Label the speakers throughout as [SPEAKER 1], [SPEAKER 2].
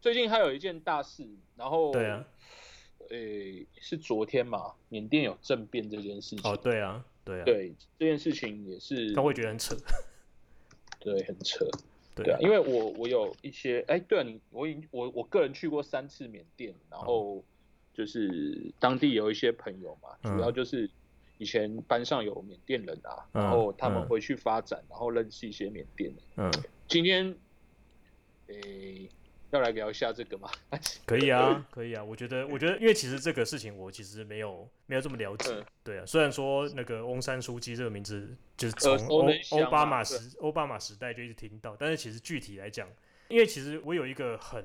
[SPEAKER 1] 最近还有一件大事，然后
[SPEAKER 2] 对啊，
[SPEAKER 1] 诶、是昨天嘛，缅甸有政变这件事情，
[SPEAKER 2] 哦，对啊，对啊，
[SPEAKER 1] 对这件事情也是
[SPEAKER 2] 但我也觉得 很扯，
[SPEAKER 1] 对很扯，
[SPEAKER 2] 对
[SPEAKER 1] 对
[SPEAKER 2] 啊
[SPEAKER 1] 啊，，因为我我有一些，哎，对啊，你我已经我我个人去过三次缅甸，然后就是当地有一些朋友嘛，
[SPEAKER 2] 哦嗯
[SPEAKER 1] 主要就是以前班上有缅甸人啊，
[SPEAKER 2] 嗯
[SPEAKER 1] 然后他
[SPEAKER 2] 嗯
[SPEAKER 1] 们回去发展，然后认识一些缅甸人。
[SPEAKER 2] 嗯，
[SPEAKER 1] 今天，诶，要来聊一下这个嘛，
[SPEAKER 2] 可以啊，可以啊，我觉得，我觉得，因为其实这个事情我其实没有没有这么了解，
[SPEAKER 1] 嗯
[SPEAKER 2] 对啊，虽然说那个翁山书记这个名字就是从
[SPEAKER 1] 耳熟
[SPEAKER 2] 欧
[SPEAKER 1] 能详
[SPEAKER 2] 欧
[SPEAKER 1] 嘛
[SPEAKER 2] 巴马
[SPEAKER 1] 对
[SPEAKER 2] 时欧巴马时代就一直听到，但是其实具体来讲，因为其实我有一个很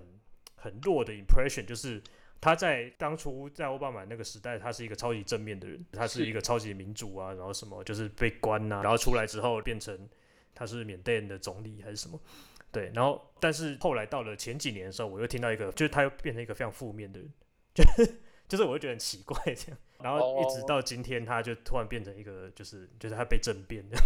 [SPEAKER 2] 很弱的 impression，就是他在当初在奥巴马那个时代，他是一个超级正面的人，他是
[SPEAKER 1] 是
[SPEAKER 2] 一个超级民主啊，然后什么就是被关呐、然后出来之后变成他是缅甸的总理还是什么。对，然后但是后来到了前几年的时候，我又听到一个，就是他又变成一个非常负面的人，就是就是我会觉得很奇怪这样，然后一直
[SPEAKER 1] 哦
[SPEAKER 2] 到今天，他就突然变成一个，就是就是他被政变的，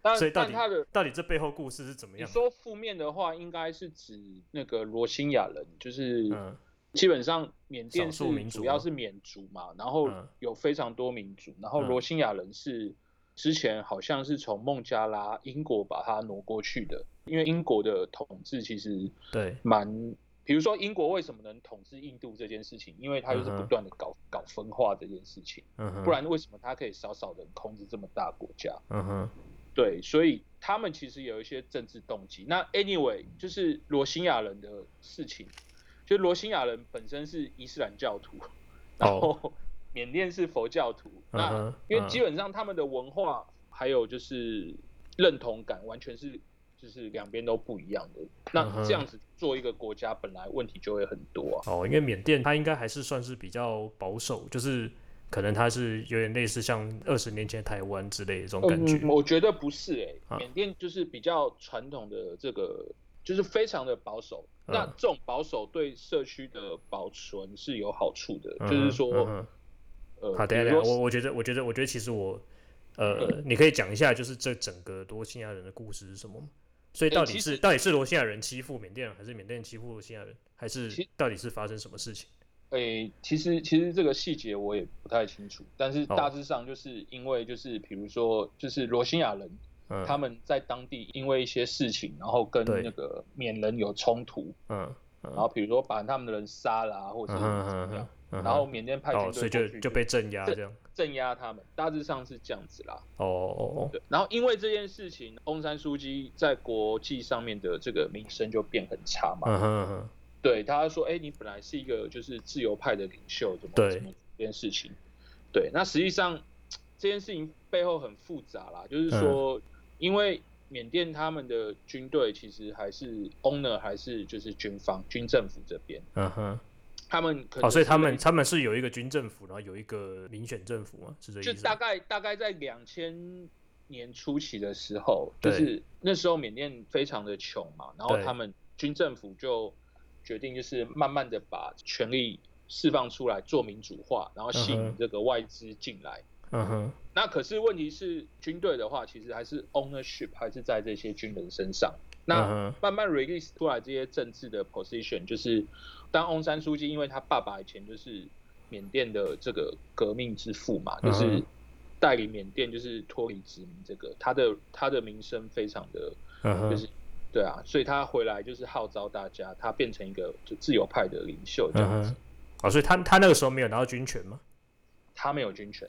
[SPEAKER 1] 但
[SPEAKER 2] 所以到
[SPEAKER 1] 但
[SPEAKER 2] 底
[SPEAKER 1] 他的
[SPEAKER 2] 到底这背后故事是怎么
[SPEAKER 1] 你
[SPEAKER 2] 样？
[SPEAKER 1] 说负面的话，应该是指那个罗兴亚人，就是
[SPEAKER 2] 嗯
[SPEAKER 1] 基本上缅甸
[SPEAKER 2] 少数民
[SPEAKER 1] 是
[SPEAKER 2] 族
[SPEAKER 1] 主要是缅族嘛，然后
[SPEAKER 2] 嗯
[SPEAKER 1] 有非常多民族，然后
[SPEAKER 2] 嗯
[SPEAKER 1] 罗兴亚人是之前好像是从孟加拉英国把它挪过去的，因为英国的统治其实
[SPEAKER 2] 对，
[SPEAKER 1] 蛮，比如说英国为什么能统治印度这件事情，因为它就是
[SPEAKER 2] 嗯
[SPEAKER 1] 不
[SPEAKER 2] 哼
[SPEAKER 1] 断的搞搞分化这件事情，
[SPEAKER 2] 嗯哼，
[SPEAKER 1] 不然为什么它可以少少的控制这么大国家？
[SPEAKER 2] 嗯哼，
[SPEAKER 1] 对，所以他们其实有一些政治动机。那 anyway，就是罗兴亚人的事情，就罗兴亚人本身是伊斯兰教徒，然后 缅甸是佛教徒。
[SPEAKER 2] 哦嗯
[SPEAKER 1] 那
[SPEAKER 2] 哼，
[SPEAKER 1] 因为基
[SPEAKER 2] 本
[SPEAKER 1] 本上他们的文化还有就是认同感，完全是就是两边都不一样的。
[SPEAKER 2] 嗯
[SPEAKER 1] 那
[SPEAKER 2] 哼
[SPEAKER 1] 这样子做一个国家，本来问题就会很多啊。
[SPEAKER 2] 哦，因为缅甸它应该还是算是比较保守，就是可能它是有点类似像二十年前台湾之类的这种感觉，
[SPEAKER 1] 嗯，我觉得不是诶、
[SPEAKER 2] 啊
[SPEAKER 1] 缅甸就是比较传统的这个，就是非常的保守。
[SPEAKER 2] 嗯
[SPEAKER 1] 那这种保守对社区的保存是有好处的，
[SPEAKER 2] 嗯哼
[SPEAKER 1] 就是说，
[SPEAKER 2] 嗯哼
[SPEAKER 1] 呃，
[SPEAKER 2] 好，等一
[SPEAKER 1] 比
[SPEAKER 2] 下，
[SPEAKER 1] 如
[SPEAKER 2] 等一下，
[SPEAKER 1] 说
[SPEAKER 2] 我我觉得，我觉得，我觉得，其实我，呃，你可以讲一下，就是这整个罗兴亚人的故事是什么吗？所以
[SPEAKER 1] 诶
[SPEAKER 2] 到底
[SPEAKER 1] 其
[SPEAKER 2] 是、
[SPEAKER 1] 实
[SPEAKER 2] 到底是罗兴亚人欺负缅甸人，还是缅甸人欺负罗兴亚人，还是
[SPEAKER 1] 其
[SPEAKER 2] 到底是发生什么事情？
[SPEAKER 1] 诶、其实其实这个细节我也不太清楚，但是
[SPEAKER 2] 哦
[SPEAKER 1] 大致上就是因为就是比如说就是罗兴亚人、
[SPEAKER 2] 嗯，
[SPEAKER 1] 他们在当地因为一些事情，然后跟
[SPEAKER 2] 对
[SPEAKER 1] 那个缅人有冲突，
[SPEAKER 2] 嗯
[SPEAKER 1] 然后比如说把他们的人杀了啊，或者
[SPEAKER 2] 嗯
[SPEAKER 1] 是
[SPEAKER 2] 哼
[SPEAKER 1] 怎
[SPEAKER 2] 嗯
[SPEAKER 1] 么样
[SPEAKER 2] 哼，，嗯
[SPEAKER 1] 然后
[SPEAKER 2] 哼
[SPEAKER 1] 缅甸派
[SPEAKER 2] 哦，
[SPEAKER 1] 军
[SPEAKER 2] 所
[SPEAKER 1] 队
[SPEAKER 2] 以就
[SPEAKER 1] 过去
[SPEAKER 2] 就被镇压
[SPEAKER 1] 这
[SPEAKER 2] 这样，
[SPEAKER 1] 镇压他们，大致上是这样子啦。
[SPEAKER 2] 哦哦哦，
[SPEAKER 1] 对，然后因为这件事情，翁山书记在国际上面的这个名声就变很差嘛。
[SPEAKER 2] 嗯哼嗯哼，
[SPEAKER 1] 对，他说：“哎、你本来是一个就是自由派的领袖，怎么
[SPEAKER 2] 对
[SPEAKER 1] 怎么这件事情？”对，那实际上这件事情背后很复杂啦，就是
[SPEAKER 2] 嗯
[SPEAKER 1] 说，因为缅甸他们的军队其实还是 owner 还是就是军方军政府这边，
[SPEAKER 2] 嗯哼，
[SPEAKER 1] 他们可能
[SPEAKER 2] 哦，所以
[SPEAKER 1] 是
[SPEAKER 2] 他
[SPEAKER 1] 类
[SPEAKER 2] 们
[SPEAKER 1] 似
[SPEAKER 2] 他们是有一个军政府，然后有一个民选政府嘛，是这
[SPEAKER 1] 就
[SPEAKER 2] 意思
[SPEAKER 1] 大
[SPEAKER 2] 吗？
[SPEAKER 1] 概大概在两千年初期的时候，就
[SPEAKER 2] 对
[SPEAKER 1] 是那时候缅甸非常的穷嘛，然后
[SPEAKER 2] 对
[SPEAKER 1] 他们军政府就决定就是慢慢的把权力释放出来，做民主化，然后吸
[SPEAKER 2] 嗯
[SPEAKER 1] 引
[SPEAKER 2] 哼
[SPEAKER 1] 这个外资进来。
[SPEAKER 2] 嗯哼，
[SPEAKER 1] 那可是问题是，军队的话其实还是 ownership 还是在这些军人身上。那、
[SPEAKER 2] 嗯哼
[SPEAKER 1] 慢慢 release 出来这些政治的 position，就是当翁山书记，因为他爸爸以前就是缅甸的这个革命之父嘛，
[SPEAKER 2] 嗯
[SPEAKER 1] 就
[SPEAKER 2] 哼
[SPEAKER 1] 是带领缅甸就是脱离殖民这个，他的他的名声非常的，
[SPEAKER 2] 嗯哼，
[SPEAKER 1] 就是对啊，所以他回来就是号召大家，他变成一个就自由派的领袖这
[SPEAKER 2] 嗯
[SPEAKER 1] 样子
[SPEAKER 2] 哼，，哦，所以他他那个时候没有拿到军权吗？
[SPEAKER 1] 他没有军权，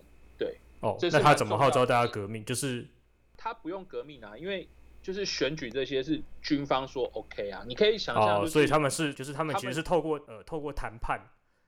[SPEAKER 2] 哦，
[SPEAKER 1] 这是
[SPEAKER 2] 那他
[SPEAKER 1] 蛮
[SPEAKER 2] 怎么
[SPEAKER 1] 重
[SPEAKER 2] 号
[SPEAKER 1] 要
[SPEAKER 2] 召
[SPEAKER 1] 的
[SPEAKER 2] 大家
[SPEAKER 1] 事
[SPEAKER 2] 革命？就是
[SPEAKER 1] 他不用革命啊，因为就是选举这些是军方说 OK 啊，你可以想象、
[SPEAKER 2] 哦，
[SPEAKER 1] 就是
[SPEAKER 2] 所以他们是就是他们
[SPEAKER 1] 他
[SPEAKER 2] 其实
[SPEAKER 1] 们
[SPEAKER 2] 是透过呃透过谈判，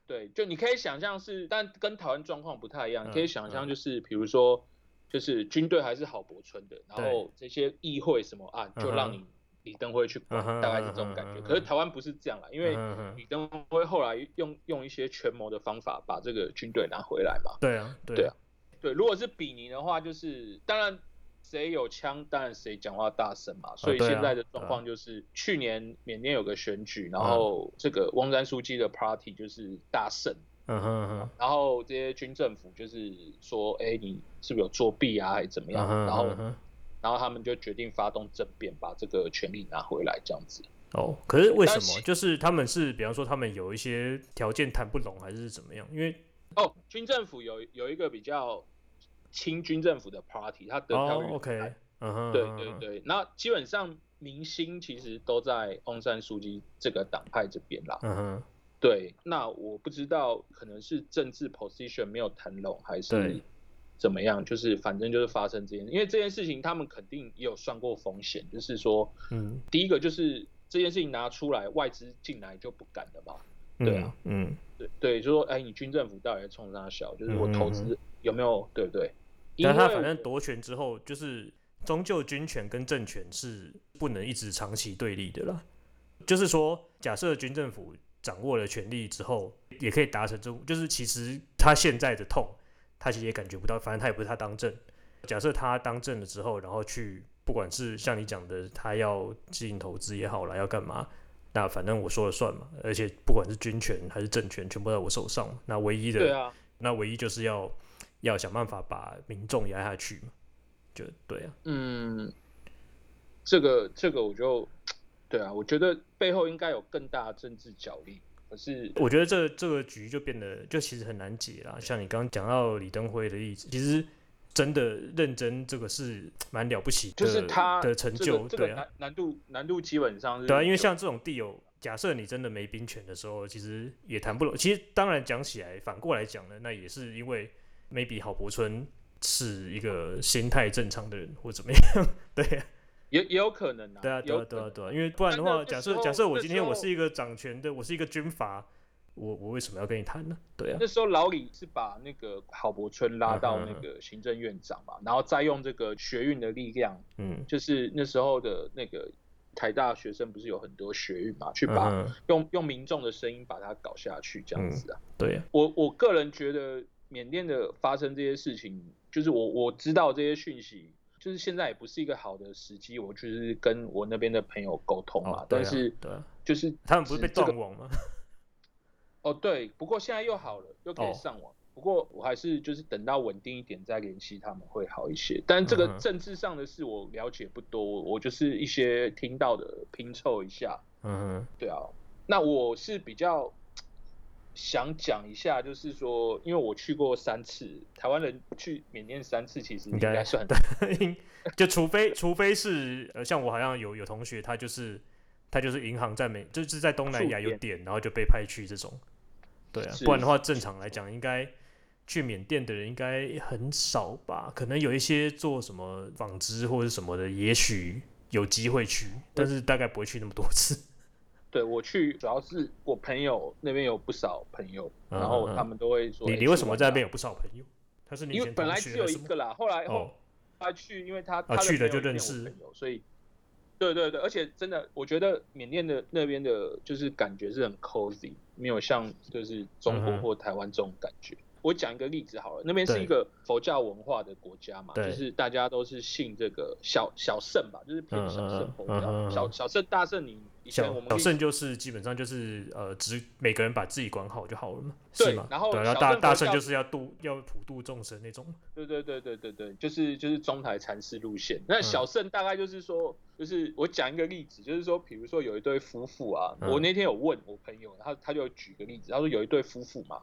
[SPEAKER 1] 对，就你可以想象是，但跟台湾状况不太一样。
[SPEAKER 2] 嗯
[SPEAKER 1] 你可以想象就是，比如说，就是军队还是郝柏村的，然后这些议会什么案
[SPEAKER 2] 嗯哼
[SPEAKER 1] 就让你李登辉去管
[SPEAKER 2] 嗯哼，
[SPEAKER 1] 大概是这种感
[SPEAKER 2] 嗯哼嗯
[SPEAKER 1] 觉。
[SPEAKER 2] 哼
[SPEAKER 1] 可是台湾不是这样啦，因为
[SPEAKER 2] 嗯哼
[SPEAKER 1] 李登辉后来用用一些权谋的方法把这个军队拿回来嘛。
[SPEAKER 2] 对啊对
[SPEAKER 1] 对啊对，如果是比尼的话，就是当然谁有枪，当然谁讲话大声嘛。所以
[SPEAKER 2] 对啊
[SPEAKER 1] 现在的状况就是，去年缅甸有个选举，然后这个翁山书记的 party 就是大胜。
[SPEAKER 2] 嗯哼嗯哼
[SPEAKER 1] 然后这些军政府就是说，哎，你是不是有作弊啊，还是怎么样？
[SPEAKER 2] 嗯哼，
[SPEAKER 1] 然后
[SPEAKER 2] 嗯，哼
[SPEAKER 1] 然后他们就决定发动政变，把这个权力拿回来，这样子。
[SPEAKER 2] 哦，可是为什
[SPEAKER 1] 但
[SPEAKER 2] 么？
[SPEAKER 1] 是
[SPEAKER 2] 就是他们是，比方说他们有一些条件谈不拢，还是怎么样？因为
[SPEAKER 1] 哦，军政府有有一个比较亲军政府的 party，他得票
[SPEAKER 2] 哦
[SPEAKER 1] 率很
[SPEAKER 2] ，OK，嗯哼，
[SPEAKER 1] 对
[SPEAKER 2] 嗯
[SPEAKER 1] 对
[SPEAKER 2] 哼，
[SPEAKER 1] 对，那基本上明星其实都在翁山书记这个党派这边啦。
[SPEAKER 2] 嗯哼，
[SPEAKER 1] 对，那我不知道可能是政治 position 没有谈拢，还是
[SPEAKER 2] 对
[SPEAKER 1] 怎么样，就是反正就是发生这件，因为这件事情他们肯定也有算过风险，就是说
[SPEAKER 2] 嗯，
[SPEAKER 1] 第一个就是这件事情拿出来，外资进来就不敢了嘛。对啊
[SPEAKER 2] 嗯，嗯，
[SPEAKER 1] 对对，就说哎，你军政府到底在冲啥小？就是我投
[SPEAKER 2] 嗯嗯
[SPEAKER 1] 资有没有对不对？因
[SPEAKER 2] 但他
[SPEAKER 1] 为
[SPEAKER 2] 反正夺权之后，就是终究军权跟政权是不能一直长期对立的啦。就是说，假设军政府掌握了权力之后，也可以达成这种，就是其实他现在的痛，他其实也感觉不到，反正他也不是他当政。假设他当政了之后，然后去不管是像你讲的，他要进行投资也好啦，要干嘛？那反正我说了算嘛，而且不管是军权还是政权，全部在我手上嘛。那唯一的
[SPEAKER 1] 对啊，
[SPEAKER 2] 那唯一就是要要想办法把民众压下去嘛，就对啊，
[SPEAKER 1] 嗯，这个这个我就对啊，我觉得背后应该有更大的政治角力，可是
[SPEAKER 2] 我觉得这这个局就变得就其实很难解啦。像你刚刚讲到李登辉的例子，其实真的认真这个是蛮了不起的，
[SPEAKER 1] 就是他
[SPEAKER 2] 的成就，
[SPEAKER 1] 这个、这
[SPEAKER 2] 对
[SPEAKER 1] 个
[SPEAKER 2] 啊
[SPEAKER 1] 难，难度难度基本上是
[SPEAKER 2] 对啊，因为
[SPEAKER 1] 有
[SPEAKER 2] 像这种地有，假设你真的没兵权的时候，其实也谈不拢。其实当然讲起来，反过来讲呢，那也是因为 maybe 郝柏村是一个心态正常的人或怎么样， 对啊。
[SPEAKER 1] 也也有可能啊，
[SPEAKER 2] 对啊，对啊，
[SPEAKER 1] 有可
[SPEAKER 2] 对啊，
[SPEAKER 1] 能
[SPEAKER 2] 对啊，因为不然的
[SPEAKER 1] 但那
[SPEAKER 2] 话，
[SPEAKER 1] 个
[SPEAKER 2] 假
[SPEAKER 1] 时
[SPEAKER 2] 设
[SPEAKER 1] 候
[SPEAKER 2] 假设我
[SPEAKER 1] 那
[SPEAKER 2] 今
[SPEAKER 1] 时
[SPEAKER 2] 天我
[SPEAKER 1] 候
[SPEAKER 2] 是一个掌权的，我是一个军阀，我我为什么要跟你谈呢？对啊，
[SPEAKER 1] 那时候老李是把那个郝柏村拉到
[SPEAKER 2] 嗯
[SPEAKER 1] 那个行政院长嘛，然后再用这个学运的力量，
[SPEAKER 2] 嗯，
[SPEAKER 1] 就是那时候的那个台大学生不是有很多学运嘛，去把、
[SPEAKER 2] 嗯哼，
[SPEAKER 1] 用用民众的声音把它搞下去这样
[SPEAKER 2] 嗯
[SPEAKER 1] 子啊。
[SPEAKER 2] 对啊，
[SPEAKER 1] 我我个人觉得缅甸的发生这些事情，就是我我知道这些讯息，就是现在也不是一个好的时机，我就是跟我那边的朋友沟通嘛，
[SPEAKER 2] 哦，对啊
[SPEAKER 1] 但是
[SPEAKER 2] 对啊，
[SPEAKER 1] 就是
[SPEAKER 2] 他们不是被
[SPEAKER 1] 指这个
[SPEAKER 2] 断网吗？
[SPEAKER 1] 哦对，不过现在又好了，又可
[SPEAKER 2] 哦
[SPEAKER 1] 以上网。不过我还是就是等到稳定一点再联系他们会好一些，但这
[SPEAKER 2] 嗯
[SPEAKER 1] 个
[SPEAKER 2] 哼
[SPEAKER 1] 政治上的事我了解不多，我就是一些听到的拼凑一下。
[SPEAKER 2] 嗯
[SPEAKER 1] 对啊，那我是比较想讲一下，就是说，因为我去过三次，台湾人去缅甸三次，其实
[SPEAKER 2] 应
[SPEAKER 1] 应
[SPEAKER 2] 该
[SPEAKER 1] 该算
[SPEAKER 2] 哼， 就除非除非是呃，像我好像有有同学，他就是他就是银行在美，就是在东南亚有
[SPEAKER 1] 驻点
[SPEAKER 2] 点，然后就被派去这种，对啊，
[SPEAKER 1] 是
[SPEAKER 2] 不然的话，正常来讲应该。去缅甸的人应该很少吧？可能有一些做什么纺织或者什么的，也许有机会去，但是大概不会去那么多次。
[SPEAKER 1] 对我去，主要是我朋友那边有不少朋友，
[SPEAKER 2] 嗯
[SPEAKER 1] 然后他们都会说，
[SPEAKER 2] 你
[SPEAKER 1] 哎
[SPEAKER 2] 你为什么在
[SPEAKER 1] 去玩
[SPEAKER 2] 那？边有不少朋友？他是
[SPEAKER 1] 吧
[SPEAKER 2] 你以
[SPEAKER 1] 因为
[SPEAKER 2] 前
[SPEAKER 1] 本
[SPEAKER 2] 同
[SPEAKER 1] 来
[SPEAKER 2] 学
[SPEAKER 1] 只
[SPEAKER 2] 还
[SPEAKER 1] 有
[SPEAKER 2] 是
[SPEAKER 1] 一
[SPEAKER 2] 什么？
[SPEAKER 1] 个啦，后来后
[SPEAKER 2] 哦，
[SPEAKER 1] 来去，因为他他的
[SPEAKER 2] 啊去
[SPEAKER 1] 朋
[SPEAKER 2] 了
[SPEAKER 1] 友
[SPEAKER 2] 就认
[SPEAKER 1] 也是我
[SPEAKER 2] 识
[SPEAKER 1] 朋友，所以。对对对，而且真的，我觉得缅甸的那边的，就是感觉是很 cozy，没有像就是中国
[SPEAKER 2] 嗯哼
[SPEAKER 1] 或台湾这种感觉。我讲一个例子好了，那边是
[SPEAKER 2] 对
[SPEAKER 1] 一个佛教文化的国家嘛，
[SPEAKER 2] 对
[SPEAKER 1] 就是大家都是信这个小小圣吧，就是偏小圣佛
[SPEAKER 2] 嗯嗯嗯嗯嗯
[SPEAKER 1] 教，
[SPEAKER 2] 嗯
[SPEAKER 1] 小小圣大圣。你以前
[SPEAKER 2] 小
[SPEAKER 1] 我们
[SPEAKER 2] 小
[SPEAKER 1] 可以
[SPEAKER 2] 胜就是基本上就是呃，只每个人把自己管好就好了嘛，
[SPEAKER 1] 对
[SPEAKER 2] 是吗？
[SPEAKER 1] 然后
[SPEAKER 2] 对，然
[SPEAKER 1] 小
[SPEAKER 2] 后大
[SPEAKER 1] 胜
[SPEAKER 2] 大
[SPEAKER 1] 佛
[SPEAKER 2] 胜
[SPEAKER 1] 教
[SPEAKER 2] 就是要度要普度众生那种，
[SPEAKER 1] 对对对对对对，就是就是中台禅师路线。那
[SPEAKER 2] 嗯
[SPEAKER 1] 小圣大概就是说，就是我讲一个例子，就是说，比如说有一对夫妇啊，
[SPEAKER 2] 嗯
[SPEAKER 1] 我那天有问我朋友，他他就举个例子，他说有一对夫妇嘛，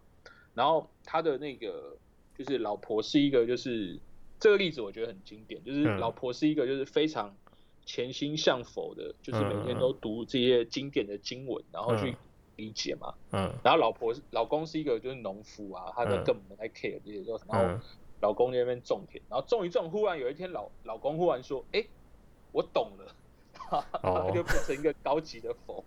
[SPEAKER 1] 然后他的那个就是老婆是一个就是这个例子我觉得很经典，就是
[SPEAKER 2] 嗯
[SPEAKER 1] 老婆是一个就是非常潜心向佛的，就是每
[SPEAKER 2] 嗯嗯
[SPEAKER 1] 天
[SPEAKER 2] 嗯
[SPEAKER 1] 都读这些经典的经文，然后去
[SPEAKER 2] 嗯
[SPEAKER 1] 理解嘛。
[SPEAKER 2] 嗯
[SPEAKER 1] 然后老婆是老公是一个就是农夫啊，他就
[SPEAKER 2] 嗯
[SPEAKER 1] 根本不太 care 这些东西，然后
[SPEAKER 2] 嗯
[SPEAKER 1] 老公在那边种田，然后种一种，忽然有一天老老公忽然说：“哎、我懂了。” 他就
[SPEAKER 2] 哦，
[SPEAKER 1] 变成一个高级的佛。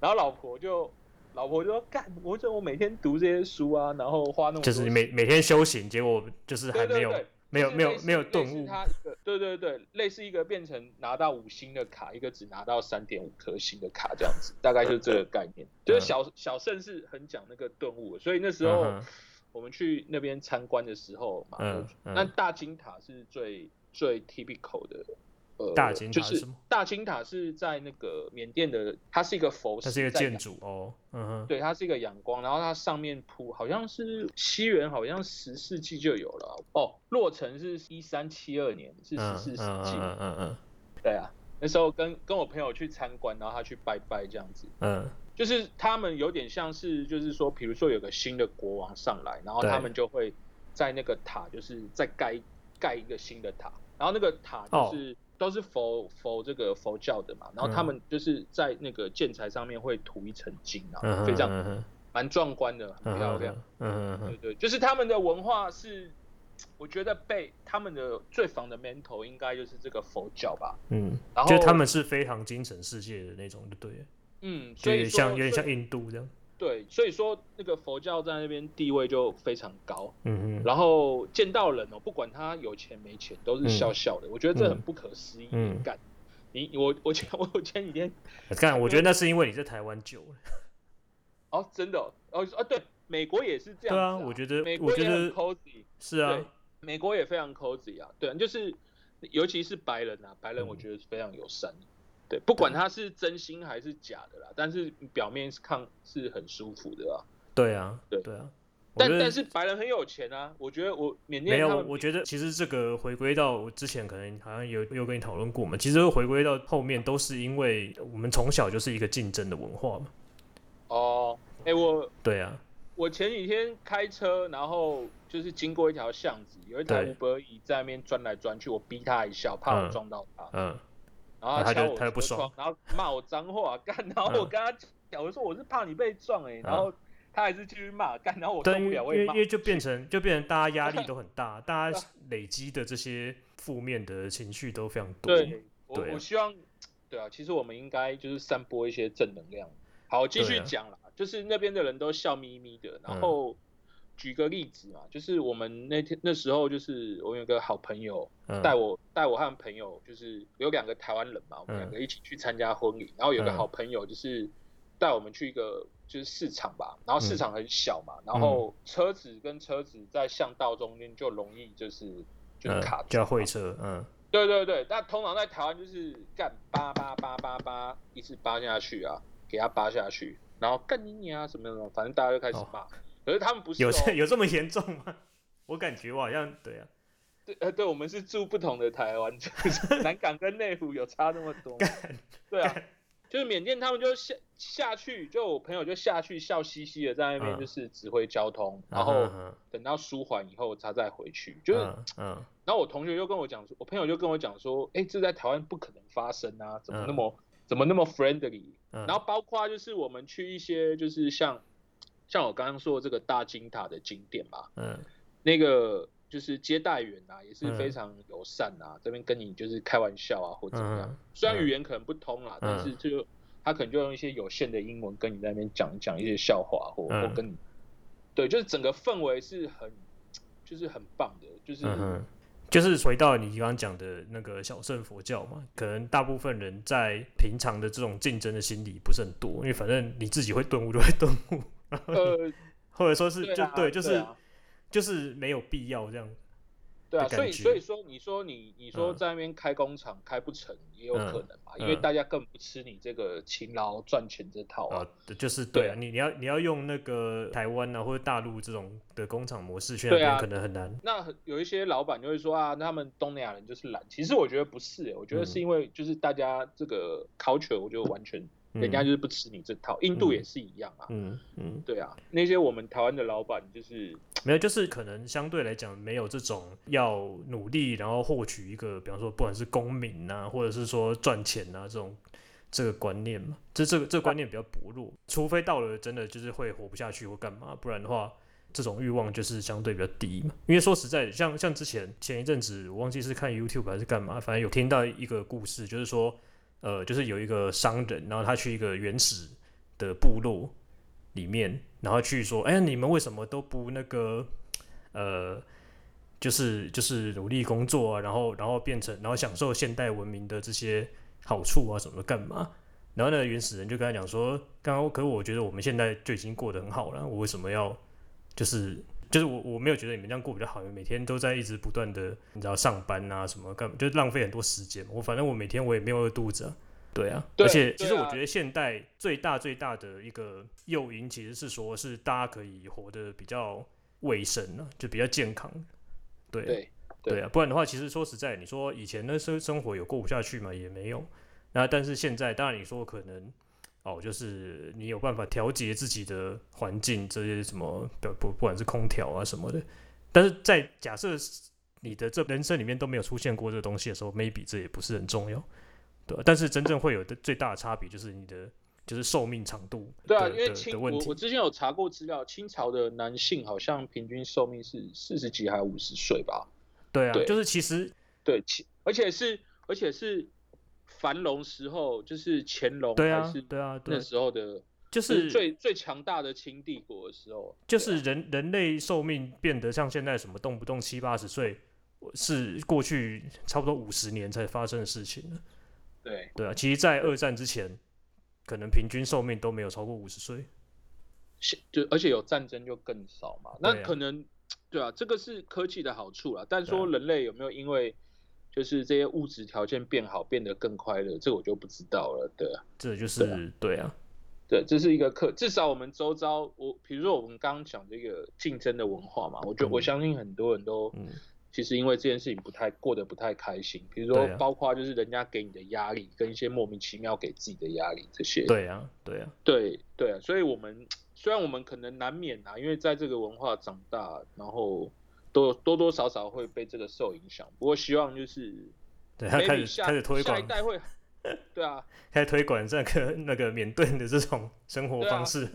[SPEAKER 1] 然后老婆就老婆就说：“干，我觉得我每天读这些书啊，然后花那么多
[SPEAKER 2] 就是你每每天修行，结果就是
[SPEAKER 1] 对
[SPEAKER 2] 还没
[SPEAKER 1] 对
[SPEAKER 2] 有
[SPEAKER 1] 对。”
[SPEAKER 2] 没有
[SPEAKER 1] 就是
[SPEAKER 2] 没
[SPEAKER 1] 类
[SPEAKER 2] 有
[SPEAKER 1] 似
[SPEAKER 2] 没有
[SPEAKER 1] 类
[SPEAKER 2] 顿
[SPEAKER 1] 似
[SPEAKER 2] 悟，
[SPEAKER 1] 他一个对对对，类似一个变成拿到五星的卡，一个只拿到三点五颗星的卡这样子，大概就是这个概
[SPEAKER 2] 嗯
[SPEAKER 1] 念。就是小小胜是很讲那个顿悟的，所以那时候
[SPEAKER 2] 嗯哼
[SPEAKER 1] 我们去那边参观的时候嘛，
[SPEAKER 2] 嗯嗯
[SPEAKER 1] 那大金塔是最最 typical 的。呃，
[SPEAKER 2] 大金塔
[SPEAKER 1] 就是
[SPEAKER 2] 什
[SPEAKER 1] 是
[SPEAKER 2] 么
[SPEAKER 1] 大金塔是在那个缅甸的，它是一个佛寺，
[SPEAKER 2] 它是一个
[SPEAKER 1] 在
[SPEAKER 2] 建
[SPEAKER 1] 仰
[SPEAKER 2] 筑哦，嗯哼，
[SPEAKER 1] 对，它是一个阳光，然后它上面铺好像是西元，好像十世纪就有了哦。落成是一三七二年，是
[SPEAKER 2] 嗯
[SPEAKER 1] 十四世
[SPEAKER 2] 嗯
[SPEAKER 1] 纪，
[SPEAKER 2] 嗯嗯嗯嗯，
[SPEAKER 1] 对啊。那时候跟跟我朋友去参观，然后他去拜拜这样子，
[SPEAKER 2] 嗯，
[SPEAKER 1] 就是他们有点像是，就是说，比如说有个新的国王上来，然后
[SPEAKER 2] 对
[SPEAKER 1] 他们就会在那个塔，就是再盖盖一个新的塔，然后那个塔
[SPEAKER 2] 哦
[SPEAKER 1] 就是、都是佛佛这个佛教的嘛，然后他
[SPEAKER 2] 嗯
[SPEAKER 1] 们就是在那个建材上面会涂一层金
[SPEAKER 2] 嗯
[SPEAKER 1] 啊，
[SPEAKER 2] 哼
[SPEAKER 1] 非常
[SPEAKER 2] 嗯哼
[SPEAKER 1] 蛮壮观的，很漂亮。，
[SPEAKER 2] 嗯哼嗯
[SPEAKER 1] 对
[SPEAKER 2] 哼
[SPEAKER 1] 对，就是他们的文化是，我觉得被他们的最防的 mentor 应该就是这个佛教吧，
[SPEAKER 2] 嗯
[SPEAKER 1] 然
[SPEAKER 2] 嗯，
[SPEAKER 1] 后
[SPEAKER 2] 就他们是非常精神世界的那种，就对了，
[SPEAKER 1] 嗯，
[SPEAKER 2] 就
[SPEAKER 1] 所
[SPEAKER 2] 有
[SPEAKER 1] 以
[SPEAKER 2] 点像
[SPEAKER 1] 说
[SPEAKER 2] 有点
[SPEAKER 1] 所
[SPEAKER 2] 像
[SPEAKER 1] 以
[SPEAKER 2] 印度这样，
[SPEAKER 1] 对，所以说那个佛教在那边地位就非常高，
[SPEAKER 2] 嗯哼，
[SPEAKER 1] 然后见到人哦，不管他有钱没钱，都是笑笑的。我觉得这很不可思议。
[SPEAKER 2] 嗯
[SPEAKER 1] 干，你我我前我前几天
[SPEAKER 2] 看我觉得那是因为你在台湾久了，
[SPEAKER 1] 哦，真的哦哦啊，对，美国也是这样、
[SPEAKER 2] 对啊
[SPEAKER 1] 子
[SPEAKER 2] 我觉得
[SPEAKER 1] 美国
[SPEAKER 2] 我觉
[SPEAKER 1] 也很
[SPEAKER 2] 得
[SPEAKER 1] cozy，
[SPEAKER 2] 是啊
[SPEAKER 1] 对，美国也非常 cozy 啊，对，就是尤其是白人啊，白人
[SPEAKER 2] 嗯
[SPEAKER 1] 我觉得是非常友善。对，不管他是真心还是假的啦，但是表面看是很舒服的啊。
[SPEAKER 2] 对啊，
[SPEAKER 1] 对
[SPEAKER 2] 对啊，我
[SPEAKER 1] 但
[SPEAKER 2] 觉得
[SPEAKER 1] 但是白人很有钱啊，我觉得我缅甸
[SPEAKER 2] 没有，
[SPEAKER 1] 他
[SPEAKER 2] 我
[SPEAKER 1] 们
[SPEAKER 2] 我觉得其实这个回归到我之前可能好像有有跟你讨论过嘛，其实回归到后面都是因为我们从小就是一个竞争的文化嘛，
[SPEAKER 1] 哦，哎、我
[SPEAKER 2] 对啊，
[SPEAKER 1] 我前几天开车，然后就是经过一条巷子，有一台
[SPEAKER 2] 对
[SPEAKER 1] 五伯椅在那边钻来钻去，我逼他一下，我怕我
[SPEAKER 2] 嗯
[SPEAKER 1] 撞到他，
[SPEAKER 2] 嗯，
[SPEAKER 1] 然后敲
[SPEAKER 2] 然后他就
[SPEAKER 1] 我
[SPEAKER 2] 他就不
[SPEAKER 1] 车
[SPEAKER 2] 爽
[SPEAKER 1] 窗，
[SPEAKER 2] 嗯
[SPEAKER 1] 然后骂我脏话，干，然后我跟他讲，我说我是怕你被撞哎、然后他还是继续骂，干，然后我受
[SPEAKER 2] 对，
[SPEAKER 1] 不
[SPEAKER 2] 因为
[SPEAKER 1] 了，
[SPEAKER 2] 因
[SPEAKER 1] 我
[SPEAKER 2] 为
[SPEAKER 1] 也
[SPEAKER 2] 因
[SPEAKER 1] 骂，
[SPEAKER 2] 为就变成就变成大家压力都很大，大家累积的这些负面的情绪都非常多，
[SPEAKER 1] 对我
[SPEAKER 2] 对啊
[SPEAKER 1] 我希望，对啊，其实我们应该就是散播一些正能量。好，继续
[SPEAKER 2] 对啊
[SPEAKER 1] 讲啦，就是那边的人都笑眯眯的，然
[SPEAKER 2] 嗯
[SPEAKER 1] 后举个例子嘛，就是我们那天那时候就是我有个好朋友。
[SPEAKER 2] 嗯，
[SPEAKER 1] 带我带我和朋友，就是有两个台湾人嘛，我们两个一起去参加婚礼，然后有个
[SPEAKER 2] 嗯
[SPEAKER 1] 好朋友就是带我们去一个就是市场吧，然后市场很小
[SPEAKER 2] 嗯
[SPEAKER 1] 嘛，然后车子跟车子在巷道中间就容易就是就是
[SPEAKER 2] 嗯
[SPEAKER 1] 卡住
[SPEAKER 2] 叫
[SPEAKER 1] 嘛，
[SPEAKER 2] 会车，嗯
[SPEAKER 1] 对对对，那通常在台湾就是干叭叭叭叭叭，一次扒下去啊，给他扒下去，然后干你娘啊什么什么，反正大家就开始
[SPEAKER 2] 哦
[SPEAKER 1] 骂，可是他们不是、哦、
[SPEAKER 2] 有这有这么严重吗？ 我感觉我好像对啊，
[SPEAKER 1] 对，呃，对，我们是住不同的台湾，就是 南港跟内湖有差那么多吗。对啊，就是缅甸他们就下下去，就我朋友就下去笑嘻嘻的在那边
[SPEAKER 2] 嗯
[SPEAKER 1] 就是指挥交通，然
[SPEAKER 2] 嗯
[SPEAKER 1] 后
[SPEAKER 2] 哼
[SPEAKER 1] 等到舒缓以后他再回去。就是，
[SPEAKER 2] 嗯嗯
[SPEAKER 1] 然后我同学就跟我讲说，我朋友就跟我讲说，哎，这在台湾不可能发生啊，怎么那么、怎么那么 friendly？
[SPEAKER 2] 嗯，
[SPEAKER 1] 然后包括就是我们去一些就是像像我刚刚说的这个大金塔的景点嘛，
[SPEAKER 2] 嗯
[SPEAKER 1] 那个就是接待员啊，也是
[SPEAKER 2] 嗯
[SPEAKER 1] 非常友善啊，这边跟你就是开玩笑啊，或怎么样。
[SPEAKER 2] 嗯
[SPEAKER 1] 虽然语言可能不通啦，
[SPEAKER 2] 嗯
[SPEAKER 1] 但是就他可能就用一些有限的英文跟你在那边讲讲一些笑话，或、
[SPEAKER 2] 嗯
[SPEAKER 1] 或跟你，对，就是整个氛围是很，就是很棒的，就是、
[SPEAKER 2] 嗯哼，就是回到你刚刚讲的那个小圣佛教嘛，可能大部分人在平常的这种竞争的心理不是很多，因为反正你自己会顿悟就会顿悟，
[SPEAKER 1] 呃，
[SPEAKER 2] 或者说是
[SPEAKER 1] 对
[SPEAKER 2] 就
[SPEAKER 1] 啊，
[SPEAKER 2] 对，就是
[SPEAKER 1] 啊
[SPEAKER 2] 就是没有必要这样，
[SPEAKER 1] 对啊，
[SPEAKER 2] 的感
[SPEAKER 1] 所以
[SPEAKER 2] 觉
[SPEAKER 1] 所以说，你说你你说
[SPEAKER 2] 嗯
[SPEAKER 1] 在那边开工厂、开不成也有可能嘛，
[SPEAKER 2] 嗯
[SPEAKER 1] 因为大家更不吃你这个勤劳赚钱这套啊
[SPEAKER 2] 啊，，就是
[SPEAKER 1] 对
[SPEAKER 2] 对啊，你你要你要用那个台湾啊或者大陆这种的工厂模式去那
[SPEAKER 1] 对
[SPEAKER 2] 边
[SPEAKER 1] 啊
[SPEAKER 2] 可能很难，
[SPEAKER 1] 那很有一些老板就会说啊，那他们东南亚人就是懒。其实我觉得不是、欸，我觉得是因为就是大家这个 culture，我觉得完全、
[SPEAKER 2] 嗯
[SPEAKER 1] 人家就是不吃你这套。印度也是一样啊，
[SPEAKER 2] 嗯嗯，
[SPEAKER 1] 对啊，那些我们台湾的老板就是
[SPEAKER 2] 没有，就是可能相对来讲没有这种要努力，然后获取一个，比方说不管是公民啊，或者是说赚钱啊这种这个观念嘛，这这个这个观念比较薄弱，除非到了真的就是会活不下去或干嘛，不然的话。这种欲望就是相对比较低嘛，因为说实在的，像像之前前一阵子我忘记是看 YouTube 还是干嘛，反正有听到一个故事，就是说，呃，就是有一个商人，然后他去一个原始的部落，里面，然后去说，哎、你们为什么都不那个，呃，就是就是努力工作啊，然后然后变成，然后享受现代文明的这些好处啊，什么的干嘛？然后那个原始人就跟他讲说，刚刚可我觉得我们现在就已经过得很好了，我为什么要就是就是我我没有觉得你们这样过比较好，你们每天都在一直不断的你知道上班啊什么干，就是浪费很多时间嘛。我反正我每天我也没有饿肚子啊。对啊，
[SPEAKER 1] 对
[SPEAKER 2] 而且其
[SPEAKER 1] 对
[SPEAKER 2] 实我
[SPEAKER 1] 啊
[SPEAKER 2] 觉得现代最大最大的一个诱因，其实是说是大家可以活得比较卫生啊，就比较健康。对啊
[SPEAKER 1] 对对
[SPEAKER 2] 对啊，不然的话，其实说实在，你说以前那生生活有过不下去嘛，也没有。那但是现在，当然你说可能哦，就是你有办法调节自己的环境，这些什么不不不管是空调啊什么的，但是在假设你的这人生里面都没有出现过这个东西的时候，maybe 这也不是很重要，对吧、但是真正会有的最大的差别就是你的就是寿命长度的，
[SPEAKER 1] 对啊，因为
[SPEAKER 2] 的
[SPEAKER 1] 清
[SPEAKER 2] 的
[SPEAKER 1] 我
[SPEAKER 2] 问
[SPEAKER 1] 我
[SPEAKER 2] 题，
[SPEAKER 1] 之前有查过资料，清朝的男性好像平均寿命是四十几还五十岁吧？
[SPEAKER 2] 对啊，
[SPEAKER 1] 对
[SPEAKER 2] 就是其实
[SPEAKER 1] 对，其而且是而且是繁荣时候，就是乾隆
[SPEAKER 2] 对
[SPEAKER 1] 还
[SPEAKER 2] 啊
[SPEAKER 1] 是
[SPEAKER 2] 对啊对
[SPEAKER 1] 那，时候的，就
[SPEAKER 2] 就
[SPEAKER 1] 是
[SPEAKER 2] 是
[SPEAKER 1] 最最强大的清帝国的时候，啊
[SPEAKER 2] 就是人人类寿命变得像现在什么动不动七八十岁，是过去差不多五十年才发生的事情了
[SPEAKER 1] 对，
[SPEAKER 2] 对啊，其实，在二战之前，可能平均寿命都没有超过五十岁。
[SPEAKER 1] 是就而且有战争就更少嘛。那
[SPEAKER 2] 对啊
[SPEAKER 1] 可能对啊，这个是科技的好处啦。但
[SPEAKER 2] 对啊
[SPEAKER 1] 说人类有没有因为就是这些物质条件变好，变得更快乐，这个我就不知道了。对啊、
[SPEAKER 2] 这就是对啊
[SPEAKER 1] 对，这是一个课，至少我们周遭，我比如说我们刚刚讲这个竞争的文化嘛，我觉得
[SPEAKER 2] 嗯
[SPEAKER 1] 我相信很多人都
[SPEAKER 2] 嗯，
[SPEAKER 1] 其实因为这件事情不太过得不太开心，比如
[SPEAKER 2] 对
[SPEAKER 1] 说
[SPEAKER 2] 啊
[SPEAKER 1] 包括就是人家给你的压力，跟一些莫名其妙给自己的压力这些，
[SPEAKER 2] 对啊，对啊，
[SPEAKER 1] 对对啊，所以我们虽然我们可能难免啊，因为在这个文化长大，然后多多多少少会被这个受影响，不过希望就是
[SPEAKER 2] 对啊，开
[SPEAKER 1] maybe
[SPEAKER 2] 始
[SPEAKER 1] 下
[SPEAKER 2] 开始推
[SPEAKER 1] 下
[SPEAKER 2] 广
[SPEAKER 1] 一，代会，对啊，
[SPEAKER 2] 开始推广这个那个缅甸的这种生活方式。
[SPEAKER 1] 啊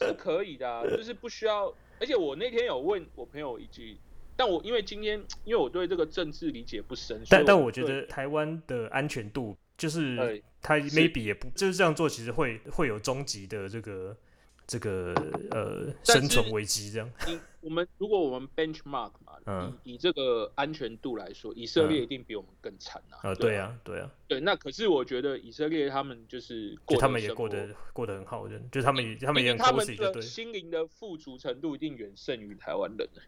[SPEAKER 1] 是可以的、啊，就是不需要。而且我那天有问我朋友一句，但我因为今天因为我对这个政治理解不深，所以
[SPEAKER 2] 但但我觉
[SPEAKER 1] 对
[SPEAKER 2] 得台湾的安全度就是
[SPEAKER 1] 对
[SPEAKER 2] 它
[SPEAKER 1] 是
[SPEAKER 2] maybe 也不就是这样做，其实会会有终极的这个这个呃
[SPEAKER 1] 但
[SPEAKER 2] 生
[SPEAKER 1] 是
[SPEAKER 2] 存危机这样。
[SPEAKER 1] 你我们如果我们 benchmark 嘛，
[SPEAKER 2] 嗯
[SPEAKER 1] 以以这个安全度来说，以色列
[SPEAKER 2] 嗯
[SPEAKER 1] 一定比我们更惨啊。
[SPEAKER 2] 啊，对，啊，对啊，
[SPEAKER 1] 对，那可是我觉得以色列他们就是过
[SPEAKER 2] 就
[SPEAKER 1] 的
[SPEAKER 2] 他们也
[SPEAKER 1] 生
[SPEAKER 2] 过
[SPEAKER 1] 活
[SPEAKER 2] 得过得很好，人就是他们也他们
[SPEAKER 1] 毕
[SPEAKER 2] 也
[SPEAKER 1] 竟
[SPEAKER 2] 很
[SPEAKER 1] 他们
[SPEAKER 2] cosy，就
[SPEAKER 1] 的
[SPEAKER 2] 对。
[SPEAKER 1] 心灵的富足程度一定远胜于台湾人。欸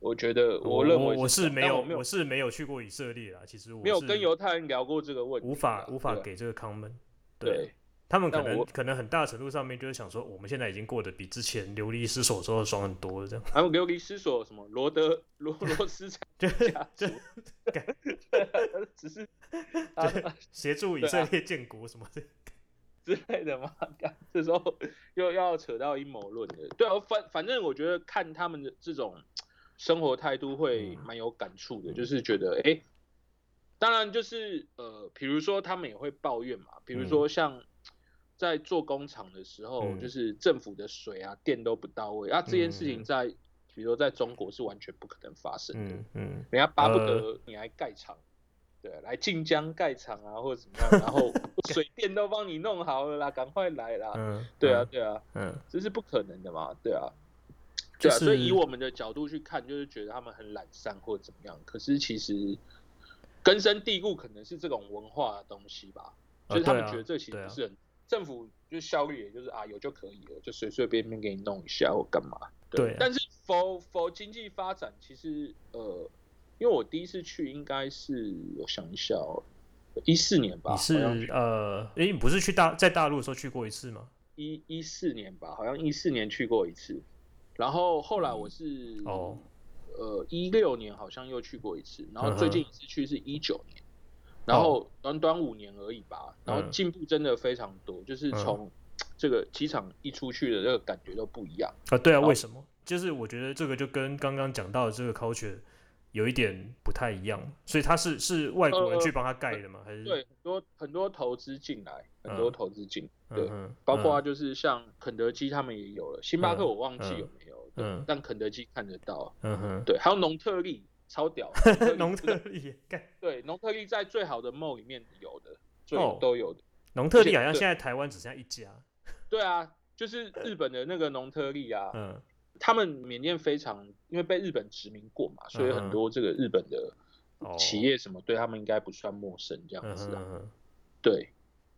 [SPEAKER 1] 我觉得，
[SPEAKER 2] 我
[SPEAKER 1] 认为
[SPEAKER 2] 我
[SPEAKER 1] 这
[SPEAKER 2] 是
[SPEAKER 1] 样
[SPEAKER 2] 没
[SPEAKER 1] 但
[SPEAKER 2] 有
[SPEAKER 1] 我没有
[SPEAKER 2] 是没有去过以色列啦，其实我
[SPEAKER 1] 没有
[SPEAKER 2] 是
[SPEAKER 1] 跟犹太人聊过这个问题啊，
[SPEAKER 2] 无法无法
[SPEAKER 1] 对啊
[SPEAKER 2] 给这个 comment，
[SPEAKER 1] 对。
[SPEAKER 2] 他们可
[SPEAKER 1] 但
[SPEAKER 2] 能
[SPEAKER 1] 我
[SPEAKER 2] 可能很大程度上面就是想说，我们现在已经过得比之前流离失所之后爽很多了，这样
[SPEAKER 1] 还有流离失所什么罗德 罗罗斯柴
[SPEAKER 2] 就
[SPEAKER 1] 家族
[SPEAKER 2] 就，
[SPEAKER 1] 只是啊
[SPEAKER 2] 协助以
[SPEAKER 1] 对
[SPEAKER 2] 色
[SPEAKER 1] 啊
[SPEAKER 2] 列建国什么的。
[SPEAKER 1] 之类的嘛。干这时候又要扯到阴谋论的，对啊，反反正我觉得看他们的这种生活态度会
[SPEAKER 2] 嗯
[SPEAKER 1] 蛮有感触的，就是觉得哎、诶当然就是呃，比如说他们也会抱怨嘛，比如说像。在做工厂的时候，
[SPEAKER 2] 嗯
[SPEAKER 1] 就是政府的水啊、电都不到位，啊，这件事
[SPEAKER 2] 嗯
[SPEAKER 1] 情在，比如说在中国是完全不可能发生的。
[SPEAKER 2] 嗯嗯，
[SPEAKER 1] 人家巴不
[SPEAKER 2] 呃
[SPEAKER 1] 得你来盖厂，对，来晋江盖厂啊，或者怎么样，然 后水电都帮你弄好了啦，赶快来啦。
[SPEAKER 2] 嗯，
[SPEAKER 1] 对啊，，对啊，
[SPEAKER 2] 嗯，
[SPEAKER 1] 这是不可能的嘛，对啊，
[SPEAKER 2] 就
[SPEAKER 1] 对啊，所
[SPEAKER 2] 是
[SPEAKER 1] 以以我们的角度去看，就是觉得他们很懒散或怎么样，可是其实根深蒂固可能是这种文化的东西吧，
[SPEAKER 2] 啊
[SPEAKER 1] 就是他们
[SPEAKER 2] 对啊
[SPEAKER 1] 觉得这其实
[SPEAKER 2] 对啊
[SPEAKER 1] 不是很、政府就效率，也就是啊有就可以了，就随随便便给你弄一下或干嘛。
[SPEAKER 2] 对啊
[SPEAKER 1] 但是否否经济发展，其实呃，因为我第一次去应该是我想一下哦，一四年吧，
[SPEAKER 2] 你
[SPEAKER 1] 好像
[SPEAKER 2] 是呃，诶，你不是去大在大陆的时候去过一次吗？
[SPEAKER 1] 一一四年吧，好像一四年去过一次，然后后来我是
[SPEAKER 2] 哦，嗯
[SPEAKER 1] 呃一六年好像又去过一次，然后最近一次去是一九年，然
[SPEAKER 2] 哦
[SPEAKER 1] 后短短五年而已吧，然后
[SPEAKER 2] 嗯
[SPEAKER 1] 进步真的非常多，就是
[SPEAKER 2] 嗯
[SPEAKER 1] 从这个机场一出去的这个感觉都不一样。
[SPEAKER 2] 啊，对啊，
[SPEAKER 1] 好
[SPEAKER 2] 为什么？就是我觉得这个就跟刚刚讲到的这个 culture 有一点不太一样，所以他是是外国人
[SPEAKER 1] 呃
[SPEAKER 2] 去帮他盖的吗？还是
[SPEAKER 1] 对，很多很多投资进来，很
[SPEAKER 2] 嗯
[SPEAKER 1] 多投资进，对
[SPEAKER 2] 嗯哼
[SPEAKER 1] 包括
[SPEAKER 2] 嗯
[SPEAKER 1] 就是像肯德基他们也有了，星巴克我忘记有没有，
[SPEAKER 2] 嗯嗯
[SPEAKER 1] 但肯德基看得到，啊
[SPEAKER 2] 嗯哼，
[SPEAKER 1] 对，还有农特利超 屌，
[SPEAKER 2] 农
[SPEAKER 1] 不是
[SPEAKER 2] 特利也盖，
[SPEAKER 1] 对，农特利在最好的梦里面有的，最、
[SPEAKER 2] 哦
[SPEAKER 1] 都有的。
[SPEAKER 2] 农特利
[SPEAKER 1] 且
[SPEAKER 2] 好像
[SPEAKER 1] 对
[SPEAKER 2] 现在台湾只剩下一家，
[SPEAKER 1] 对啊，就是日本的那个农特利啊，
[SPEAKER 2] 嗯
[SPEAKER 1] 他们缅甸非常，因为被日本殖民过嘛，所以很多这个日本的
[SPEAKER 2] 嗯哦，
[SPEAKER 1] 企业什么、对他们应该不算陌生这样
[SPEAKER 2] 嗯
[SPEAKER 1] 子
[SPEAKER 2] 哼
[SPEAKER 1] 啊。
[SPEAKER 2] 嗯
[SPEAKER 1] 对，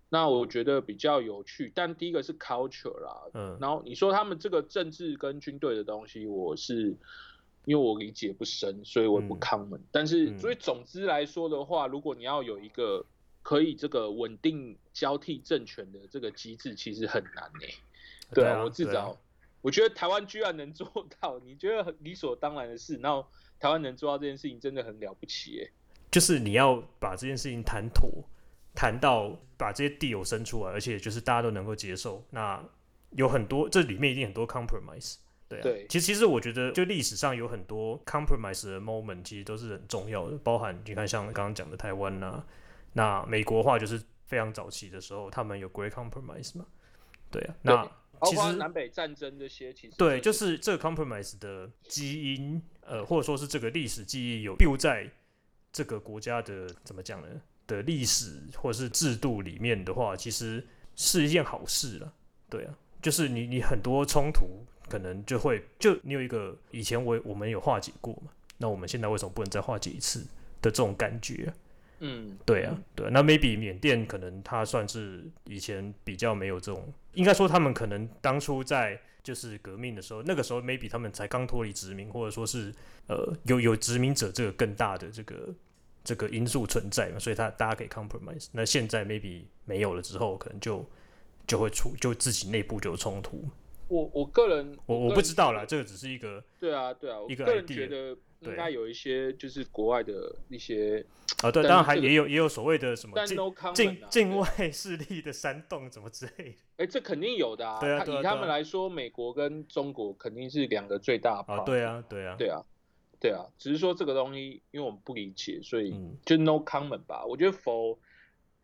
[SPEAKER 1] 那我觉得比较有趣，但第一个是 culture 啦，
[SPEAKER 2] 哼嗯
[SPEAKER 1] 然后你说他们这个政治跟军队的东西，我是因为我理解不深，所以我也不
[SPEAKER 2] 嗯
[SPEAKER 1] comment、但是
[SPEAKER 2] 嗯，
[SPEAKER 1] 所以总之来说的话，如果你要有一个可以这个稳定交替政权的这个机制，其实很难呢、对
[SPEAKER 2] 啊，
[SPEAKER 1] 我至
[SPEAKER 2] 对啊
[SPEAKER 1] 少、我觉得台湾居然能做到，你觉得很理所当然的事，然后台湾能做到这件事情，真的很了不起耶、
[SPEAKER 2] 就是你要把这件事情谈妥，谈到把这些地有生出来，而且就是大家都能够接受，那有很多这里面一定很多 compromise。对啊，
[SPEAKER 1] 对
[SPEAKER 2] 其实其实我觉得，就历史上有很多 compromise 的 moment，其实都是很重要的，包含你看像刚刚讲的台湾呐、啊那美国话就是非常早期的时候，他们有 Great Compromise 嘛，对啊，那
[SPEAKER 1] 对包
[SPEAKER 2] 其
[SPEAKER 1] 括
[SPEAKER 2] 实
[SPEAKER 1] 南北战争这些，其实
[SPEAKER 2] 对，就是是这个 compromise 的基因，呃，或者说是这个历史记忆有 build 在这个国家的怎么讲呢？的历史或者是制度里面的话，其实是一件好事了。对啊，就是你你很多冲突可能就会就你有一个以前我我们有化解过嘛，那我们现在为什么不能再化解一次的这种感觉啊、
[SPEAKER 1] 嗯，
[SPEAKER 2] 对啊，对啊那 maybe 缅甸可能它算是以前比较没有这种，应该说他们可能当初在就是革命的时候，那个时候 maybe 他们才刚脱离殖民，或者说是呃有有殖民者这个更大的这个这个因素存在嘛，所以他大家可以 compromise。那现在 maybe 没有了之后，可能就就会出就自己内部就有冲突。
[SPEAKER 1] 我我个人
[SPEAKER 2] 我
[SPEAKER 1] 我个
[SPEAKER 2] 我
[SPEAKER 1] 人
[SPEAKER 2] 不知道啦，这个只是一个
[SPEAKER 1] 对啊对啊，我
[SPEAKER 2] 一个
[SPEAKER 1] 个人
[SPEAKER 2] idea
[SPEAKER 1] 觉得
[SPEAKER 2] 对
[SPEAKER 1] 应该有一些就是国外的一些，
[SPEAKER 2] 啊，对，
[SPEAKER 1] 但
[SPEAKER 2] 当然还
[SPEAKER 1] 这个
[SPEAKER 2] 也有也有所谓的什么
[SPEAKER 1] 但
[SPEAKER 2] 境
[SPEAKER 1] no comment
[SPEAKER 2] 境
[SPEAKER 1] 啊
[SPEAKER 2] 境
[SPEAKER 1] 对
[SPEAKER 2] 外势力的煽动怎么之类的。
[SPEAKER 1] 哎，这肯定有的啊。
[SPEAKER 2] 对啊
[SPEAKER 1] 他
[SPEAKER 2] 对啊
[SPEAKER 1] 以
[SPEAKER 2] 对啊
[SPEAKER 1] 他们来说，美国跟中国肯定是两个最大
[SPEAKER 2] 啊，
[SPEAKER 1] part
[SPEAKER 2] 对啊，对啊，
[SPEAKER 1] 对啊，对啊，只是说这个东西，因为我们不理解，所以
[SPEAKER 2] 嗯
[SPEAKER 1] 就 no comment 吧。我觉得否，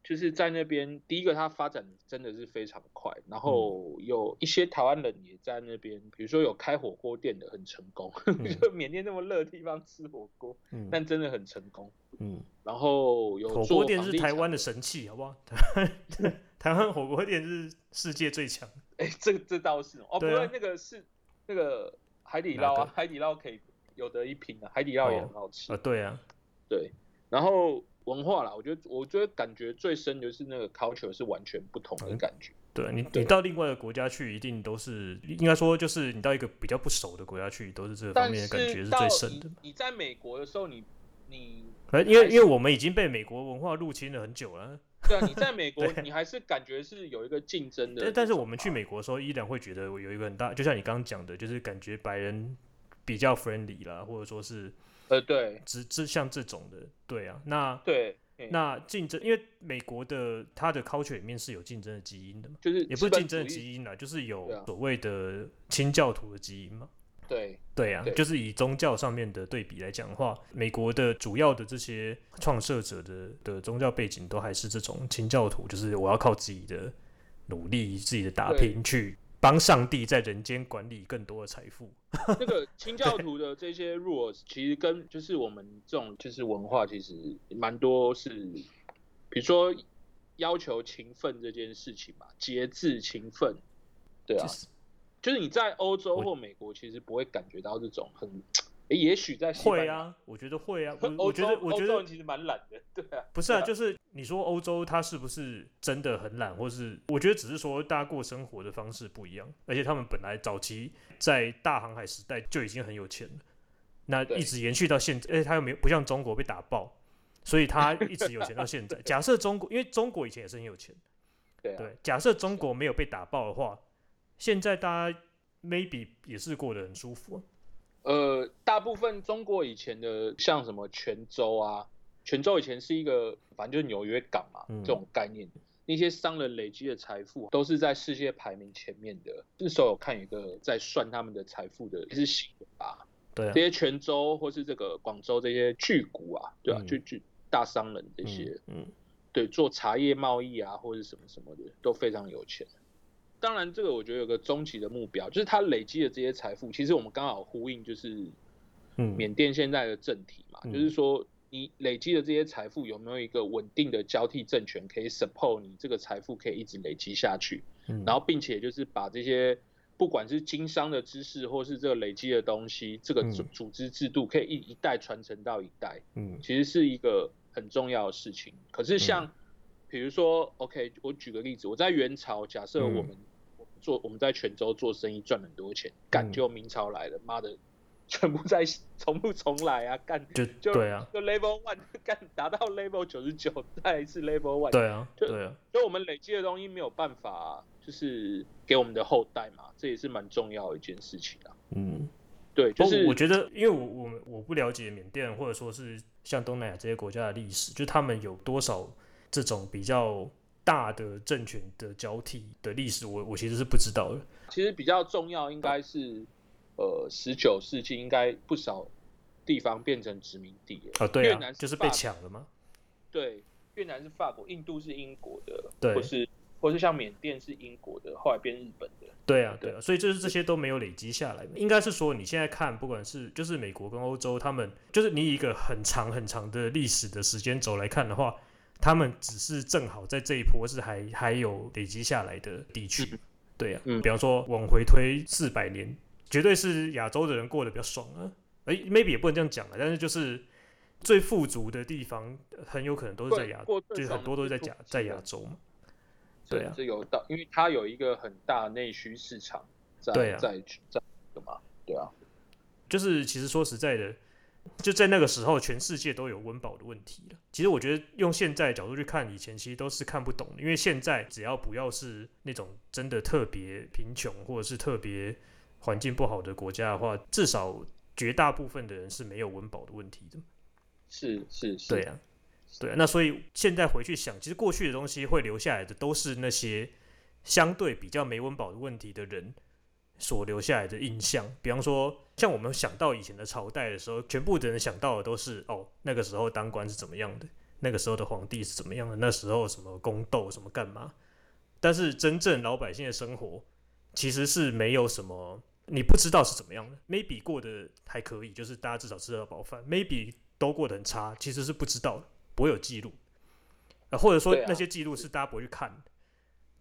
[SPEAKER 1] 就是在那边，第一个它发展真的是非常快，然
[SPEAKER 2] 嗯
[SPEAKER 1] 后有一些台湾人也在那边，比如说有开火锅店的很成功， 就缅甸那么热的地方吃火锅，
[SPEAKER 2] 嗯
[SPEAKER 1] 但真的很成功。
[SPEAKER 2] 嗯。
[SPEAKER 1] 然后有
[SPEAKER 2] 火
[SPEAKER 1] 做
[SPEAKER 2] 锅店
[SPEAKER 1] 房
[SPEAKER 2] 是
[SPEAKER 1] 地
[SPEAKER 2] 台
[SPEAKER 1] 产
[SPEAKER 2] 湾的神器，好 不好？台湾火锅店是世界最强。
[SPEAKER 1] 哎，这个这倒是哦，不
[SPEAKER 2] 对啊
[SPEAKER 1] 过那个是那个海底
[SPEAKER 2] 哪
[SPEAKER 1] 捞
[SPEAKER 2] 个
[SPEAKER 1] 啊，海底捞可以有得一拼啊，海底捞也
[SPEAKER 2] 哦
[SPEAKER 1] 很好吃。
[SPEAKER 2] 啊，对啊，
[SPEAKER 1] 对，然后文化啦，我觉得我觉得感觉最深就是那个 culture 是完全不同的感觉。
[SPEAKER 2] 对啊你
[SPEAKER 1] 对
[SPEAKER 2] 你到另外一个国家去，一定都是应该说就是你到一个比较不熟的国家去，都是这方
[SPEAKER 1] 但
[SPEAKER 2] 面的感觉是
[SPEAKER 1] 到
[SPEAKER 2] 最深的
[SPEAKER 1] 你。你在美国的时候，你你
[SPEAKER 2] 呃，因为因为我们已经被美国文化入侵了很久了，
[SPEAKER 1] 对啊，你在美 国你还是感觉是有一个竞争的
[SPEAKER 2] 但，但是我们去美国的时候，依然会觉得有一个很大，就像你刚刚讲的，就是感觉白人比较 friendly 啦，或者说是
[SPEAKER 1] 呃对
[SPEAKER 2] 只只像这种的，对啊，那
[SPEAKER 1] 对，嗯
[SPEAKER 2] 那竞争，因为美国的它的 culture 里面是有竞争的基因的嘛，
[SPEAKER 1] 就是
[SPEAKER 2] 也不是
[SPEAKER 1] 资本
[SPEAKER 2] 竞争的
[SPEAKER 1] 主义
[SPEAKER 2] 基因啦，就是
[SPEAKER 1] 对
[SPEAKER 2] 有
[SPEAKER 1] 啊
[SPEAKER 2] 所谓的清教徒的基因嘛。
[SPEAKER 1] 对
[SPEAKER 2] 对啊，
[SPEAKER 1] 对
[SPEAKER 2] 就是以宗教上面的对比来讲的话，美国的主要的这些创设者的的宗教背景都还是这种清教徒，就是我要靠自己的努力、自己的打
[SPEAKER 1] 对
[SPEAKER 2] 拼去帮上帝在人间管理更多的财富。
[SPEAKER 1] 那个清教徒的这些 rules 其实跟就是我们这种就是文化其实蛮多是，比如说要求勤奋这件事情嘛，节制勤奋，对啊
[SPEAKER 2] 就，是
[SPEAKER 1] 就是你在欧洲
[SPEAKER 2] 我
[SPEAKER 1] 或美国，其实不会感觉到这种很，诶也许在西班
[SPEAKER 2] 会
[SPEAKER 1] 牙，
[SPEAKER 2] 啊，我觉得会啊，
[SPEAKER 1] 欧
[SPEAKER 2] 我我觉得
[SPEAKER 1] 洲
[SPEAKER 2] 我觉
[SPEAKER 1] 欧洲
[SPEAKER 2] 得
[SPEAKER 1] 人其实蛮懒的，对啊，
[SPEAKER 2] 不是啊，
[SPEAKER 1] 对
[SPEAKER 2] 就是你说欧洲它是不是真的很懒，或是我觉得只是说大家过生活的方式不一样，而且他们本来早期在大航海时代就已经很有钱了，那
[SPEAKER 1] 对
[SPEAKER 2] 一直延续到现在，而且他又没有不像中国被打爆，所以他一直有钱到现在。假设中国，因为中国以前也是很有钱，
[SPEAKER 1] 对啊，
[SPEAKER 2] 对，假设中国没有被打爆的话，现在大家 maybe 也是过得很舒服啊、
[SPEAKER 1] 呃，大部分中国以前的像什么泉州啊，泉州以前是一个反正就是纽约港嘛、
[SPEAKER 2] 嗯
[SPEAKER 1] 这种概念，那些商人累积的财富啊都是在世界排名前面的。那时候我看有一个在算他们的财富的，是行吧？
[SPEAKER 2] 对啊
[SPEAKER 1] 这，些泉州或是这个广州这些巨股啊，对啊，
[SPEAKER 2] 嗯
[SPEAKER 1] 就巨大商人这些，
[SPEAKER 2] 嗯嗯
[SPEAKER 1] 对，做茶叶贸易啊，或者什么什么的，都非常有钱。当然，这个我觉得有个终极的目标，就是他累积的这些财富，其实我们刚好呼应就是
[SPEAKER 2] 嗯
[SPEAKER 1] 缅甸现在的政体嘛，
[SPEAKER 2] 嗯
[SPEAKER 1] 就是说你累积的这些财富有没有一个稳定的交替政权可以 support 你这个财富可以一直累积下去，
[SPEAKER 2] 嗯
[SPEAKER 1] 然后并且就是把这些不管是经商的知识或是这个累积的东西，这个
[SPEAKER 2] 嗯
[SPEAKER 1] 组组织制度可以一一代传承到一代，
[SPEAKER 2] 嗯
[SPEAKER 1] 其实是一个很重要的事情。可是像比如说，OK，我举个例子，我在元朝，假设我们、我们做我们在泉州做生意赚很多钱，
[SPEAKER 2] 嗯
[SPEAKER 1] 干就明朝来了，妈的，全部在重不重来啊，干
[SPEAKER 2] 就
[SPEAKER 1] 就
[SPEAKER 2] 对啊，
[SPEAKER 1] 就 level one 干达到 level 九十九，再来一次 level one，
[SPEAKER 2] 对啊，
[SPEAKER 1] 就
[SPEAKER 2] 对啊，
[SPEAKER 1] 所以我们累积的东西没有办法、就是给我们的后代嘛，这也是蛮重要的一件事情啊。
[SPEAKER 2] 嗯。
[SPEAKER 1] 对，就
[SPEAKER 2] 不过
[SPEAKER 1] 是
[SPEAKER 2] 我觉得，因为我我们我不了解缅甸或者说是像东南亚这些国家的历史，就他们有多少这种比较大的政权的交替的历史，我我其实是不知道的。
[SPEAKER 1] 其实比较重要应该是，呃，十九世纪应该不少地方变成殖民地了。
[SPEAKER 2] 啊，对
[SPEAKER 1] 越
[SPEAKER 2] 啊，
[SPEAKER 1] 南
[SPEAKER 2] 就是是被
[SPEAKER 1] 法
[SPEAKER 2] 抢了嘛。
[SPEAKER 1] 对，越南是法国，印度是英国的，
[SPEAKER 2] 对
[SPEAKER 1] 或是或是像缅甸是英国的，后来变日本的。
[SPEAKER 2] 对啊，对
[SPEAKER 1] 对
[SPEAKER 2] 啊，所以就是这些都没有累积下来。应该是说，你现在看，不管是就是美国跟欧洲，他们就是你以一个很长很长的历史的时间轴来看的话，他们只是正好在这一波是还还有累积下来的地区。对啊，
[SPEAKER 1] 嗯
[SPEAKER 2] 比方说往回推四百年，绝对是亚洲的人过得比较爽啊。哎，maybe 也不能这样讲啊，但是就是最富足的地方，很有可能都是在亚，
[SPEAKER 1] 过过
[SPEAKER 2] 就是
[SPEAKER 1] 最
[SPEAKER 2] 很多都是在亚在亚洲嘛。对啊
[SPEAKER 1] 这有道，因为它有一个很大的内需市场在
[SPEAKER 2] 对啊
[SPEAKER 1] 在在干嘛？对啊，
[SPEAKER 2] 就是其实说实在的，就在那个时候，全世界都有温饱的问题了。其实我觉得用现在的角度去看以前，其实都是看不懂的，因为现在只要不要是那种真的特别贫穷或者是特别环境不好的国家的话，至少绝大部分的人是没有温饱的问题的。
[SPEAKER 1] 是是是，
[SPEAKER 2] 对啊，对啊。那所以现在回去想，其实过去的东西会留下来的，都是那些相对比较没温饱的问题的人所留下来的印象。比方说，像我们想到以前的朝代的时候，全部的人想到的都是哦，那个时候当官是怎么样的，那个时候的皇帝是怎么样的，那时候什么宫斗什么干嘛。但是真正老百姓的生活其实是没有什么，你不知道是怎么样的。Maybe 过得还可以，就是大家至少吃得到饱饭。Maybe 都过得很差，其实是不知道的，不会有记录，呃，或者说
[SPEAKER 1] 对啊
[SPEAKER 2] 那些记录是大家不会去看的。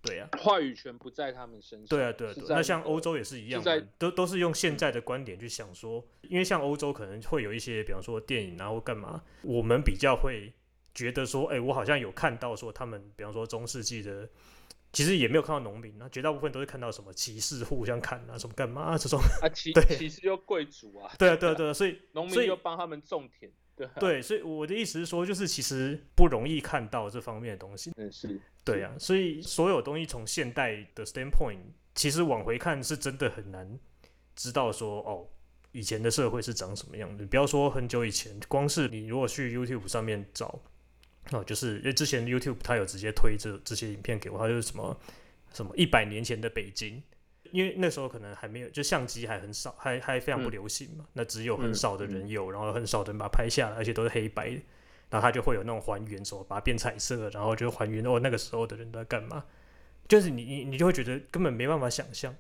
[SPEAKER 2] 对啊呀、
[SPEAKER 1] 话语权不在他们身上。
[SPEAKER 2] 对啊，对啊，对
[SPEAKER 1] 是
[SPEAKER 2] 啊
[SPEAKER 1] 在
[SPEAKER 2] 那像
[SPEAKER 1] 个
[SPEAKER 2] 欧洲也是一样
[SPEAKER 1] 是在嗯
[SPEAKER 2] 嘛，都都是用现在的观点去想说，因为像欧洲可能会有一些，比方说电影啊或干嘛，我们比较会觉得说，哎，我好像有看到说他们，比方说中世纪的，其实也没有看到农民啊，绝大部分都是看到什么骑士互相砍啊，什么干嘛、啊、这种。
[SPEAKER 1] 啊，其
[SPEAKER 2] 对
[SPEAKER 1] 其实就贵族啊，
[SPEAKER 2] 对啊，对啊，对 啊，所以
[SPEAKER 1] 农
[SPEAKER 2] 所
[SPEAKER 1] 民
[SPEAKER 2] 以
[SPEAKER 1] 又帮他们种田，对啊，
[SPEAKER 2] 对，所以我的意思是说，就是其实不容易看到这方面的东西。
[SPEAKER 1] 嗯是，
[SPEAKER 2] 对啊，所以所有东西从现代的 standpoint，其实往回看是真的很难知道说哦，以前的社会是长什么样的。不要说很久以前，光是你如果去 YouTube 上面找，哦，就是因为之前 YouTube 它有直接推这这些影片给我，它就是什么什么一百年前的北京。因为那时候可能还没有，就相机还很少，还还非常不
[SPEAKER 1] 嗯
[SPEAKER 2] 流行嘛。那只有很
[SPEAKER 1] 嗯
[SPEAKER 2] 少的人有，然后很少的人把它拍下来，而且都是黑白的。然后它就会有那种还原什么，把它变彩色，然后就还原哦那个时候的人都在干嘛，就是你你你就会觉得根本没办法想象，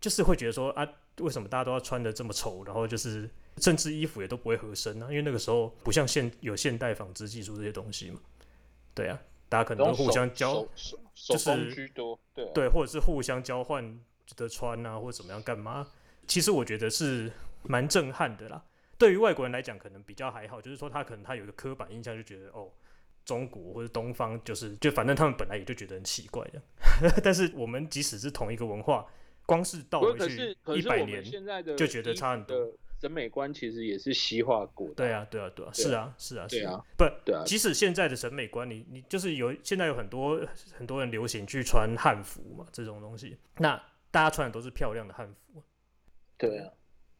[SPEAKER 2] 就是会觉得说啊，为什么大家都要穿的这么丑，然后就是甚至衣服也都不会合身啊，因为那个时候不像现有现代纺织技术这些东西嘛，对啊，大家可能都
[SPEAKER 1] 然后
[SPEAKER 2] 互相交
[SPEAKER 1] 手手手
[SPEAKER 2] 就
[SPEAKER 1] 手工
[SPEAKER 2] 是
[SPEAKER 1] 居多，对啊
[SPEAKER 2] 对，或者是互相交换的穿啊，或者怎么样干嘛？其实我觉得是蛮震撼的啦。对于外国人来讲，可能比较还好，就是说他可能他有一个刻板印象，就觉得哦，中国或者东方就是就反正他们本来也就觉得很奇怪的。 但是我们即使是同一个文化，光是倒
[SPEAKER 1] 不过
[SPEAKER 2] 回
[SPEAKER 1] 可
[SPEAKER 2] 去
[SPEAKER 1] 是可
[SPEAKER 2] 一
[SPEAKER 1] 是
[SPEAKER 2] 百
[SPEAKER 1] 我们
[SPEAKER 2] 年，
[SPEAKER 1] 现在的
[SPEAKER 2] 就觉得
[SPEAKER 1] 衣服
[SPEAKER 2] 差很多
[SPEAKER 1] 的审美观其实也是西化过的，
[SPEAKER 2] 对啊，对啊，对啊，是啊，是啊，
[SPEAKER 1] 对
[SPEAKER 2] 是
[SPEAKER 1] 啊，
[SPEAKER 2] 不，
[SPEAKER 1] 对啊，
[SPEAKER 2] 即使现在的审美观，你你就是有现在有很多 很多人流行去穿汉服嘛，这种东西，那大家穿的都是漂亮的汉服，
[SPEAKER 1] 对啊，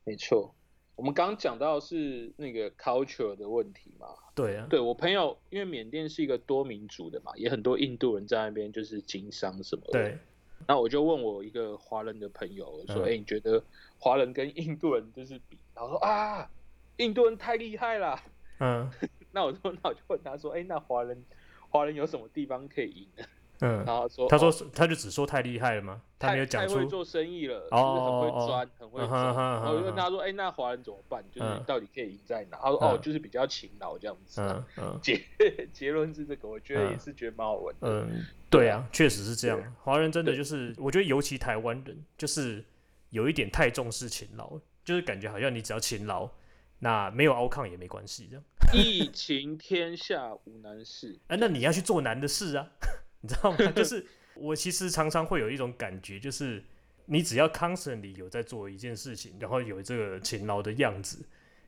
[SPEAKER 1] 没错。我们刚刚讲到是那个 culture 的问题嘛，
[SPEAKER 2] 对啊，
[SPEAKER 1] 对我朋友，因为缅甸是一个多民族的嘛，也很多印度人在那边就是经商什么的。
[SPEAKER 2] 对，
[SPEAKER 1] 那我就问我一个华人的朋友，我说：“
[SPEAKER 2] 嗯
[SPEAKER 1] 哎、你觉得华人跟印度人就是比？”然后说：“啊，印度人太厉害了。
[SPEAKER 2] 嗯”
[SPEAKER 1] 那我说，那我就问他说：“哎、那华人，华人有什么地方可以赢呢？”
[SPEAKER 2] 嗯
[SPEAKER 1] 然，后他说：“
[SPEAKER 2] 他说
[SPEAKER 1] 哦
[SPEAKER 2] 是他就只说太厉害了吗？他
[SPEAKER 1] 太
[SPEAKER 2] 没有讲
[SPEAKER 1] 太
[SPEAKER 2] 出
[SPEAKER 1] 会做生意了，
[SPEAKER 2] 哦
[SPEAKER 1] 就是很会钻，很会
[SPEAKER 2] 嗯哼
[SPEAKER 1] 钻。”
[SPEAKER 2] 哼
[SPEAKER 1] 然后我就
[SPEAKER 2] 哼
[SPEAKER 1] 问他说：“哎、那华人怎么办？就是
[SPEAKER 2] 嗯
[SPEAKER 1] 你到底可以赢在哪？”他说：“哦，
[SPEAKER 2] 嗯
[SPEAKER 1] 就是比较勤劳这样子。
[SPEAKER 2] 哼嗯
[SPEAKER 1] 结 结论是这个，我觉得
[SPEAKER 2] 嗯
[SPEAKER 1] 也是觉得蛮好玩 的。
[SPEAKER 2] 嗯嗯，对啊，确实是这
[SPEAKER 1] 对
[SPEAKER 2] 样。华人真的
[SPEAKER 1] 对
[SPEAKER 2] 就是，我觉得尤其台湾人，就是有一点太重视勤劳了，就是感觉好像你只要勤劳，那没有 outcome 也没关系这样。
[SPEAKER 1] 疫情天下无难事，
[SPEAKER 2] 啊，那你要去做难的事啊， 你知道吗？就是我其实常常会有一种感觉，就是你只要 constantly 有在做一件事情，然后有这个勤劳的样子，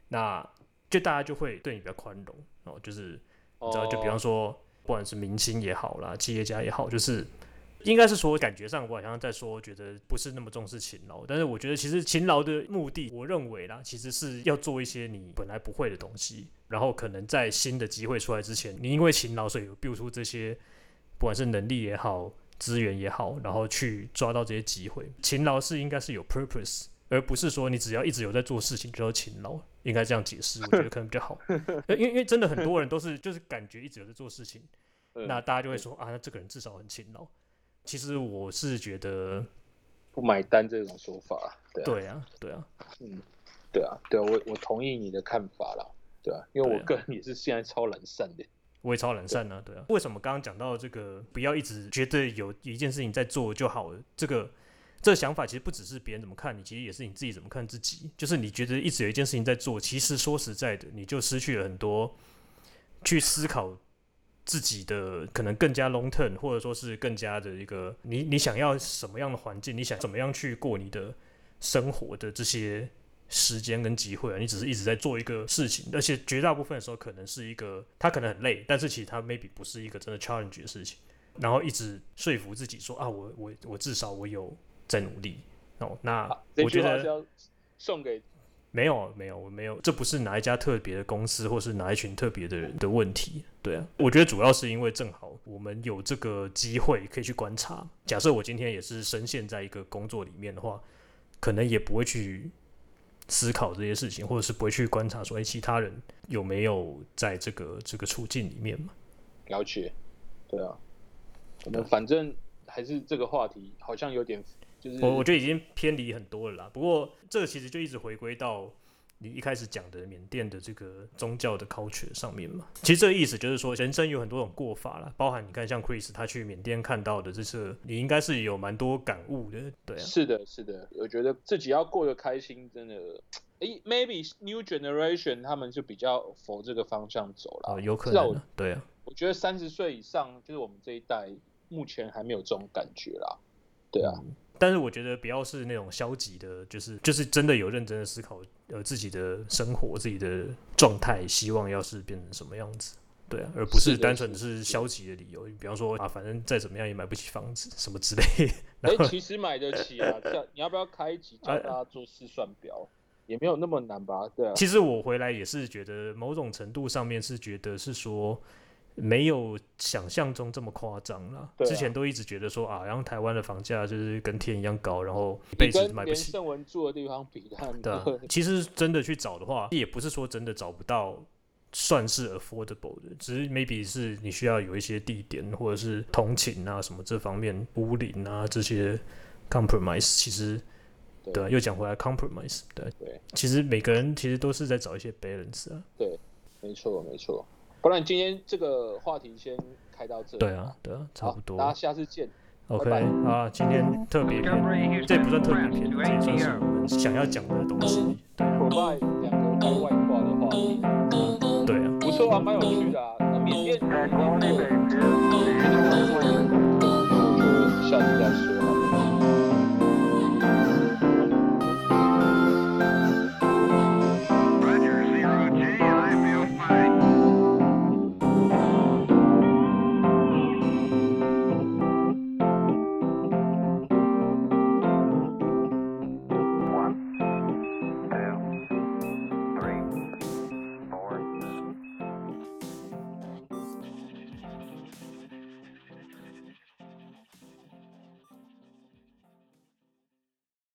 [SPEAKER 2] 那就大家就会对你比较宽容哦。就是你知道，就比方
[SPEAKER 1] 说，
[SPEAKER 2] 说，不管是明星也好啦，企业家也好，就是应该是说感觉上我好像在说，觉得不是那么重视勤劳，但是我觉得其实勤劳的目的，我认为啦，其实是要做一些你本来不会的东西，然后可能在新的机会出来之前，你因为勤劳所以有 build 出这些，不管是能力也好，资源也好，然后去抓到这些机会。勤劳是应该是有 purpose。而不是说你只要一直有在做事情就是勤劳，应该这样解释，我觉得可能比较好。呃因为因为真的很多人都是就是感觉一直有在做事情，
[SPEAKER 1] 嗯
[SPEAKER 2] 那大家就会说啊，那这个人至少很勤劳。其实我是觉得，
[SPEAKER 1] 不买单这种说法，对啊
[SPEAKER 2] 对啊，对啊，
[SPEAKER 1] 对啊，对啊，我我同意你的看法啦，对啊，因为
[SPEAKER 2] 对啊
[SPEAKER 1] 我个人也是现在超懒散的，
[SPEAKER 2] 我也超懒散啊，对啊。为什么刚刚讲到这个，不要一直觉得有一件事情在做就好了？这个这个想法其实不只是别人怎么看你，其实也是你自己怎么看自己。就是你觉得一直有一件事情在做，其实说实在的，你就失去了很多去思考自己的可能更加 long term，或者说是更加的一个你你想要什么样的环境，你想怎么样去过你的生活的这些。时间跟机会啊，你只是一直在做一个事情，而且绝大部分的时候可能是一个，他可能很累，但是其实他 maybe 不是一个真的 challenge 的事情，然后一直说服自己说啊，我我我至少我有在努力哦。那
[SPEAKER 1] 啊这
[SPEAKER 2] 我觉
[SPEAKER 1] 句话
[SPEAKER 2] 得
[SPEAKER 1] 是要送给
[SPEAKER 2] 没有，没有，我没有，这不是哪一家特别的公司，或是哪一群特别的人的问题。对啊，我觉得主要是因为正好我们有这个机会可以去观察。假设我今天也是深陷在一个工作里面的话，可能也不会去思考这些事情，或者是不会去观察说，哎，其他人有没有在这个这个处境里面嘛？
[SPEAKER 1] 了解，对啊，我们反正还是这个话题好像有点就是
[SPEAKER 2] 我我觉得已经偏离很多了啦。不过这个其实就一直回归到你一开始讲的缅甸的这个宗教的 culture 上面嘛。其实这个意思就是说，人生有很多种过法啦，包含你看像 Chris 他去缅甸看到的，这是你应该是有蛮多感悟的，对啊。
[SPEAKER 1] 是的，是的，我觉得自己要过得开心，真的，诶，maybe new generation 他们就比较否这个方向走了。
[SPEAKER 2] 哦，有可
[SPEAKER 1] 至少
[SPEAKER 2] 能、
[SPEAKER 1] 我
[SPEAKER 2] 啊，对啊，
[SPEAKER 1] 我觉得三十岁以上，就是我们这一代，目前还没有这种感觉啦。对
[SPEAKER 2] 嗯
[SPEAKER 1] 啊，
[SPEAKER 2] 但是我觉得不要是那种消极的，就是就是真的有认真的思考，呃，自己的生活、自己的状态，希望要是变成什么样子，对啊，而不
[SPEAKER 1] 是
[SPEAKER 2] 是
[SPEAKER 1] 的
[SPEAKER 2] 单纯
[SPEAKER 1] 是
[SPEAKER 2] 是
[SPEAKER 1] 的
[SPEAKER 2] 消极的理由，比方说啊，反正再怎么样也买不起房子什么之类的，
[SPEAKER 1] 诶， 其实买得起啊，这样你要不要开一集
[SPEAKER 2] 哎
[SPEAKER 1] 教大家做试算表？也没有那么难吧？对啊，
[SPEAKER 2] 其实我回来也是觉得，某种程度上面是觉得是说，没有想象中这么夸张啦。
[SPEAKER 1] 对啊
[SPEAKER 2] 之前都一直觉得说啊，然后台湾的房价就是跟天一样高，然后一辈
[SPEAKER 1] 你
[SPEAKER 2] 子
[SPEAKER 1] 跟
[SPEAKER 2] 买不
[SPEAKER 1] 连
[SPEAKER 2] 起。
[SPEAKER 1] 胜文住的地方比，他们，
[SPEAKER 2] 对啊 其实真的去找的话，也不是说真的找不到。算是 affordable 的，只是 maybe 是你需要有一些地点或者是通勤啊什么这方面，屋龄啊这些 compromise，其实
[SPEAKER 1] 对
[SPEAKER 2] 对啊，又讲回来 compromise，对啊
[SPEAKER 1] 对，
[SPEAKER 2] 其实每个人其实都是在找一些 balance 啊，
[SPEAKER 1] 没错没错。不然今天这个话题先开到这里。
[SPEAKER 2] 对啊，，对啊，差
[SPEAKER 1] 好
[SPEAKER 2] 不，多
[SPEAKER 1] 大。家下次见。
[SPEAKER 2] OK
[SPEAKER 1] 拜
[SPEAKER 2] 啊，今天特别篇，这也不算特别篇，这也算是我们想要讲的东西。对啊，
[SPEAKER 1] 国外两个开外挂的话题，
[SPEAKER 2] 对啊。
[SPEAKER 1] 不错啊，蛮有趣的啊。那缅甸
[SPEAKER 3] That's only baby. She's only women.